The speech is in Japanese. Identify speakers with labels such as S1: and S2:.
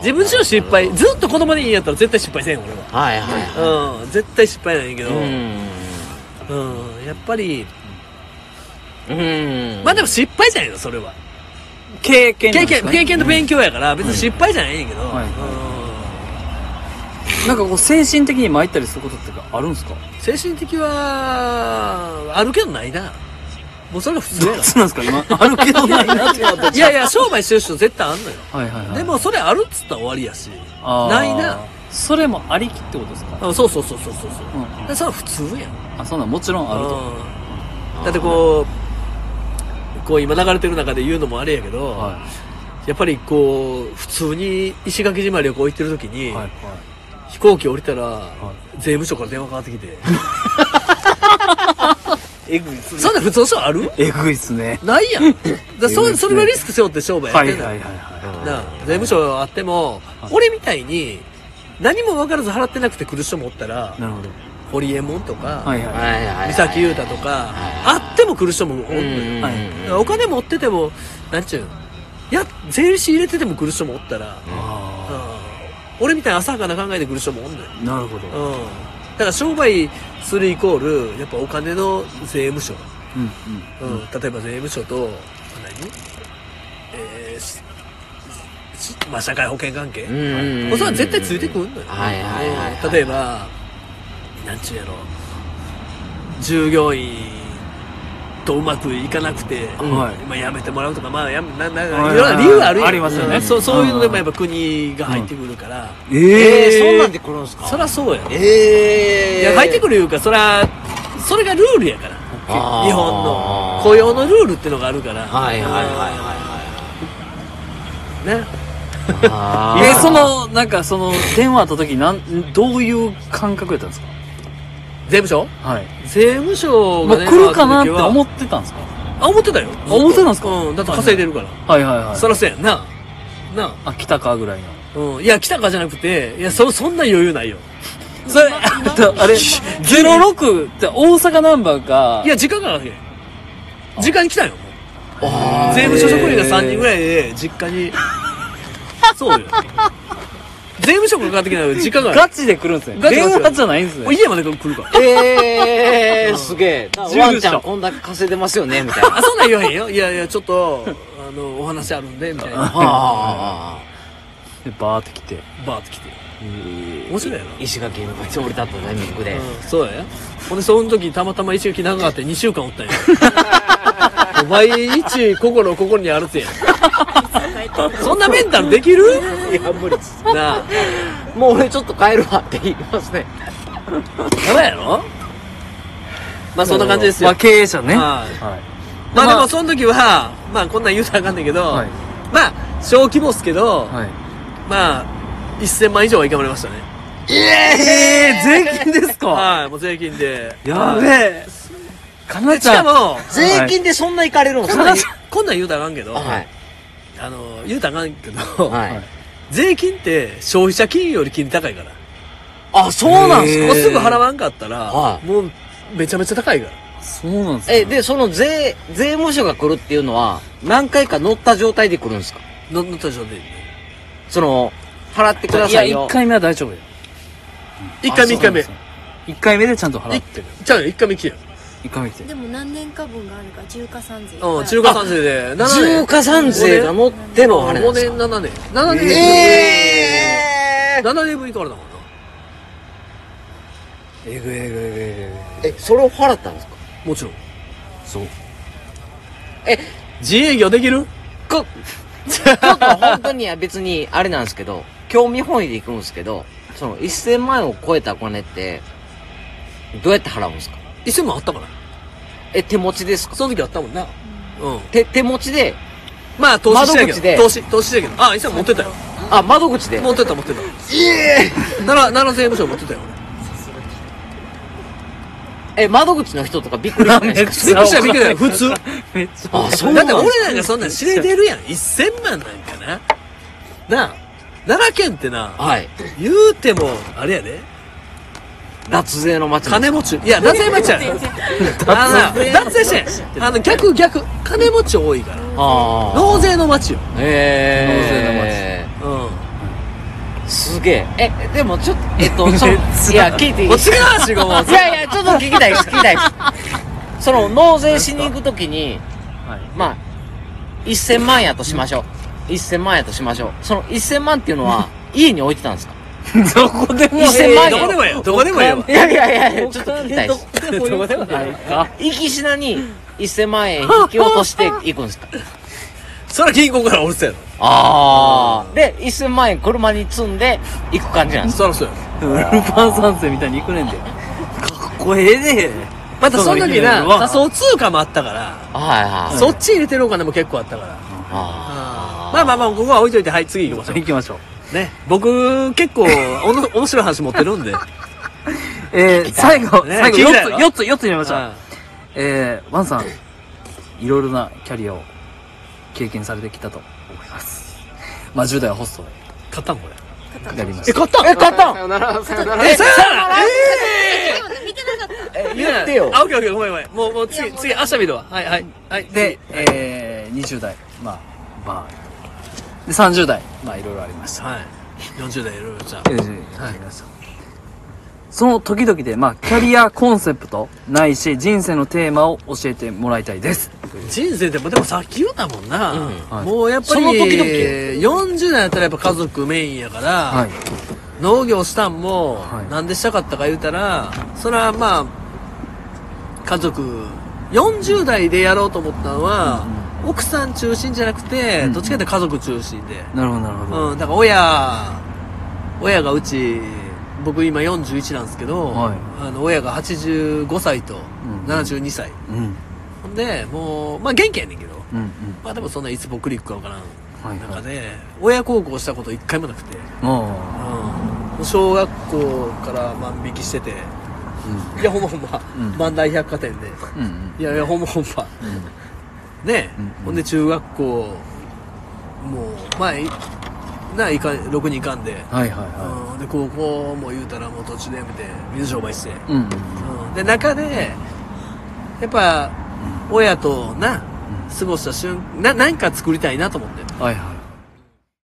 S1: 自分自身失敗ずっと子供でいいんやったら絶対失敗せん俺
S2: はいはいは
S1: はうん絶対失敗なんやけ
S2: い
S1: ど
S2: う
S1: うんやっぱり
S2: んうん
S1: まあでも失敗じゃないのそれは
S3: 経験な
S1: 経
S3: んで
S1: 験
S3: すかね
S1: 経験と勉強やから別に失敗じゃないんやけど
S3: はい
S1: うん
S3: なんかこう精神的に参ったりすることってかあるんですか
S1: 精神的はあるけどないなもうそれが普通や
S3: どっちなんですか今あるけどないなってなった
S1: ないやいや商売してる人絶対あんのよ
S3: はいはいはい
S1: でもそれあるっつったら終わりやし
S3: あー
S1: ないな
S3: それもありきってことですか
S1: うんそうそうそうそうそう
S3: うん
S1: そうでそれは普通やん
S3: あそんなんもちろんあると
S1: うんだってこうこう今流れてる中で言うのもあれやけど、
S3: は
S1: やっぱりこう普通に石垣島旅行行ってる時
S3: い
S1: に、
S3: はい
S1: 飛行機降りたら、税務署から電話かかって きて
S3: えぐいっす
S1: そんな普通の人ある
S3: えぐいっすね
S1: ない やんだそそれぐらいリスク背負って商売や
S3: は
S1: っ
S3: い
S1: て
S3: は
S1: ん
S3: い
S1: のよ
S3: はいは
S1: なあ税務署あっても、俺みたいに何も分からず払ってなくて来る人もおったら
S3: いなるほど
S1: 堀エモ門とか、
S3: はいはい
S2: はいはいはい
S1: 三崎裕太とか、あっても来る人もおんの
S2: う
S1: よ、
S2: ん
S3: はい
S1: お金持ってても、なんちゅうのや、税理士入れてても来る人もおったら、
S3: あ
S1: うん俺みたいな浅はかな考えで来る人もおんのよ。
S3: あなるほど
S1: うん。だから商売するイコール、やっぱお金の税務署。
S3: うんうん
S1: うん。例えば税務署と、何えーし、しまあ社会保険関係。
S2: うんうんうん
S1: おそらく絶対ついてくんのよ。
S2: はいはいはいはい
S1: うん例えば、なんちゅうやろ、従業員とうまくいかなくて、
S3: はい
S1: まあ辞めてもらうとか、まあやめ、な、な、い
S3: はい
S1: ろんな理由あるやん
S3: ありますよね
S1: うんそう、そういうのでもやっぱ国が入ってくるから、
S2: えー、
S3: え
S2: そん
S3: え
S2: なんで来るんすか
S1: そらそうやろ。い
S2: ええ
S1: や、入ってくるいうか、そら、それがルールやから。
S2: あー
S1: 日本の雇用のルールってのがあるから。
S2: はいはいはいはい
S1: い。ね。
S2: はいあー
S3: えそのなんかその電話あった時なんどういう感覚やったんですか
S1: 税務署
S3: はい
S1: 税務署
S3: もう
S1: がね、
S3: 来るかなって
S1: 思
S3: 思ってたんですか
S1: あ、思ってたよ。
S3: あ思ってたんすか
S1: うん、だって稼いでるから。
S3: はいはいはい
S1: そらそうやんな。な
S3: あ来たかぐらいの
S1: うん。いや、来たかじゃなくて、いや、そ、そんな余裕ないよ。
S3: それ、 あとあれ、06って大阪ナンバーが、
S1: いや、時間がかけ。時間に来たよ。もう税務署職員が3人ぐらいで、実家に。そうよ。税務署がかかってきたのに時間がか
S3: ガチで来るんですね。
S1: ガチで来
S3: 電
S1: る
S3: 話じゃないんです
S1: る。
S3: ね。
S1: 家まで来るから。
S2: ええー、すげえ。
S3: 住所
S2: ワンちゃんこんだけ稼いでますよね、みたいな。
S1: あ、そんなん言わへんよ。いやいや、ちょっと、あの、お話あるんで、みたいな。
S2: あ
S3: で、バーって来て。
S1: バーって来て。
S2: あ
S1: 面白いよな。
S2: 石垣の街降り立ったタイミングで。
S1: うんそうやほんでその時たまたま石垣長かった2週間お ったんや毎日心ここにあるってやんそんなメンタルできる
S2: いや、無理です。
S1: なあ
S2: もう俺ちょっと帰るわって言いますね。
S1: やばいやろまあそんな感じですよ
S3: まあ、経営者ね。
S1: は
S3: はいい。
S1: まあでもその時はまあこんなん言うたらあかんねんけど、
S3: はい
S1: まあ小規模っすけど、
S3: はい。
S1: まあ1000万以上はいかまれましたね
S3: ええ税金ですか
S1: はいもう税金で
S3: やべえ。かな
S1: でし
S3: ち
S1: か
S3: ゃん。
S1: も
S2: 税金でそんな行かれるんです
S1: こんなん言うこんなん言うたらあかんけど、
S2: はい。
S1: あの言うたらあかんけど、
S2: はい。
S1: 税金って消費者金より金利高いから。
S2: あ、そうなんす
S1: もうすぐ払
S2: う。
S1: わんかったら、
S2: はい
S1: もうめちゃめちゃ高いから。
S3: そうなんですね
S2: え、で、その税、税務署が来るっていうのは、何回か乗った状態で来るんですか
S1: 乗乗った状態で。
S2: その、払ってくだ
S3: いや、
S2: さいよ。
S3: 1回目は大丈夫よ。
S1: 一回目一回目。
S3: あ。そうなんですね一回目でちゃんと払
S1: い
S3: ってる。
S1: ちゃうよ、一回目来てよ。
S3: 一回目来て。
S4: でも何年か分があるから中華三税
S1: うん、中華三税で。7年。
S2: 重加算税が乗ってのあれなん
S1: 5
S2: です
S1: 年、
S2: か
S1: 7年。7年。
S2: え
S1: 7年分いかれたもんな。
S3: えぐいえぐいえぐいえ
S2: え、それを払ったんですか
S1: もちろん。
S3: そう。
S2: え、
S1: 自営業できる
S2: こ、 ちょっと本当には別にあれなんですけど、興味本位で行くんですけど、その1000万円を超えたお金って、どうやって払うんですか
S1: ?1000 万あったから。
S2: え、手持ちですか
S1: その時あったもんな。うん。
S2: 手、手持ちで、
S1: まあ、投資してや
S2: 窓
S1: け
S2: 口で
S1: ど。投資、投資してやけど。あ、1000万持ってたよ。
S2: あ、窓口で。
S1: 持ってた持ってた。
S2: いえ
S1: 奈良、奈良税務署持ってたよ。
S2: え、窓口の人とかびっくりしないで
S1: え、
S2: す
S1: 税
S2: か
S1: 務署はびっくりだよ。普通。
S3: めっちゃ。
S2: あ、そう
S1: だ
S2: な
S1: っ
S2: ん
S1: て
S2: だ。
S1: 俺なんかそんなん知れてるやん。1000万なんかな。なあ、奈良県ってな、
S2: はい。
S1: 言うても、あれやで、
S2: 脱税の街なんで
S1: 金持ち。いや、脱税待ちやん。あのな、脱税してん。あの、逆逆。金持ち多いから。
S2: す。ああ。
S1: 納税の町よ。
S2: ええ。
S1: うん。
S2: すげえ。え、でもちょっと、えっと、その、い
S3: い
S2: や、聞いていい
S1: こっちの話がもう
S2: いやいや、ちょっと聞きたいです、聞きたいです。その、納税しに行くときに、
S3: はい。
S2: まあ、1000万やとしましょう。1000万やとしましょう。その1000万っていうのは、家に置いてたんですか
S3: どこでも
S2: 1000万円
S1: どこでもええよどこでもええわ
S2: いやいやいや、ちょっと聞きたいで
S3: ど
S2: す。
S3: こでもないか。
S2: 行きしなに1000万円引き落としていくんですか
S1: そら銀行からおるせやろ
S2: ああ。で、1000万円車に積んで行く感じなん ですか
S1: そらそうやろ
S3: ルパン三世みたいに行くねんで。かっこええで。
S1: またその時な
S3: うわ
S1: 仮想通貨もあったから
S2: はいはい。
S1: そっち入れてるお金も結構あったから
S2: あ
S1: まあまあまあここは置いといてはい次行きましょ
S3: 行きましょう。
S1: うね僕結構おの面白い話持ってる んで
S3: えー、最後、
S1: ね
S3: 最後、
S1: 聞いた
S3: 4
S1: よ
S3: つ、4つ、4つ入れましょう。
S1: あ
S3: えー、ワンさん、いろいろなキャリアを経験されてきたと思います。まあ、10代はホストで
S1: 買ったんこれ
S3: かかりま
S1: え
S3: し
S1: 買ったん
S2: あ。え、買った
S5: さ
S2: ん
S5: よなら、さよなら。
S1: えさよなら
S4: 見てなかった
S1: えー
S2: 言ってよ
S1: あオッケーオッケーごめんごめんもうもう次次アシャビだわはいはいはい
S3: た。で、えー、20代、まあ、バー。で、30代、まあ、いろいろありました。
S1: はい40代いろいろじゃ
S3: えーありました。その時々で、まあ、キャリアコンセプトないし、人生のテーマを教えてもらいたいです。
S1: 人生でもでもさっき言うたもんな、
S3: はい
S1: もうやっぱり
S3: その時々
S1: 40代やったらやっぱ家族メインやから、
S3: はい。
S1: 農業したんも
S3: はい
S1: なんでしたかったか言うたらそれはまあ家族40代でやろうと思ったのは、奥さん中心じゃなくて、
S3: うん
S1: どっちかっていうと家族中心で、
S3: なるほど、なるほど。
S1: うん、だから親親がうち僕今41なんですけど、
S3: はい
S1: あの親が85歳と
S3: ん
S1: 72歳、
S3: うん。
S1: ほんでもうまあ元気やねんけど
S3: うん、うん。
S1: まあでもそんないつぼクリックかわからん
S3: はい、は
S1: 中
S3: い。
S1: で、親孝行したこと一回もなくて、
S3: あ
S1: うん、小学校から万引きしてて
S3: あ。うん。
S1: いやほんまほんま、
S3: うん
S1: 万代百貨店で
S3: うんうん
S1: いやいやほんまほんま、ねえ、
S3: うん
S1: ほんで中学校もうまあいないかん6人いかんで、
S3: はいはいは
S1: うん、で高校も言うたらもう途中でやめて水商売して、
S3: い。うんうん
S1: うん、で中でやっぱ親とな過ごした瞬な何か作りたいなと思って
S3: うん。はいはい。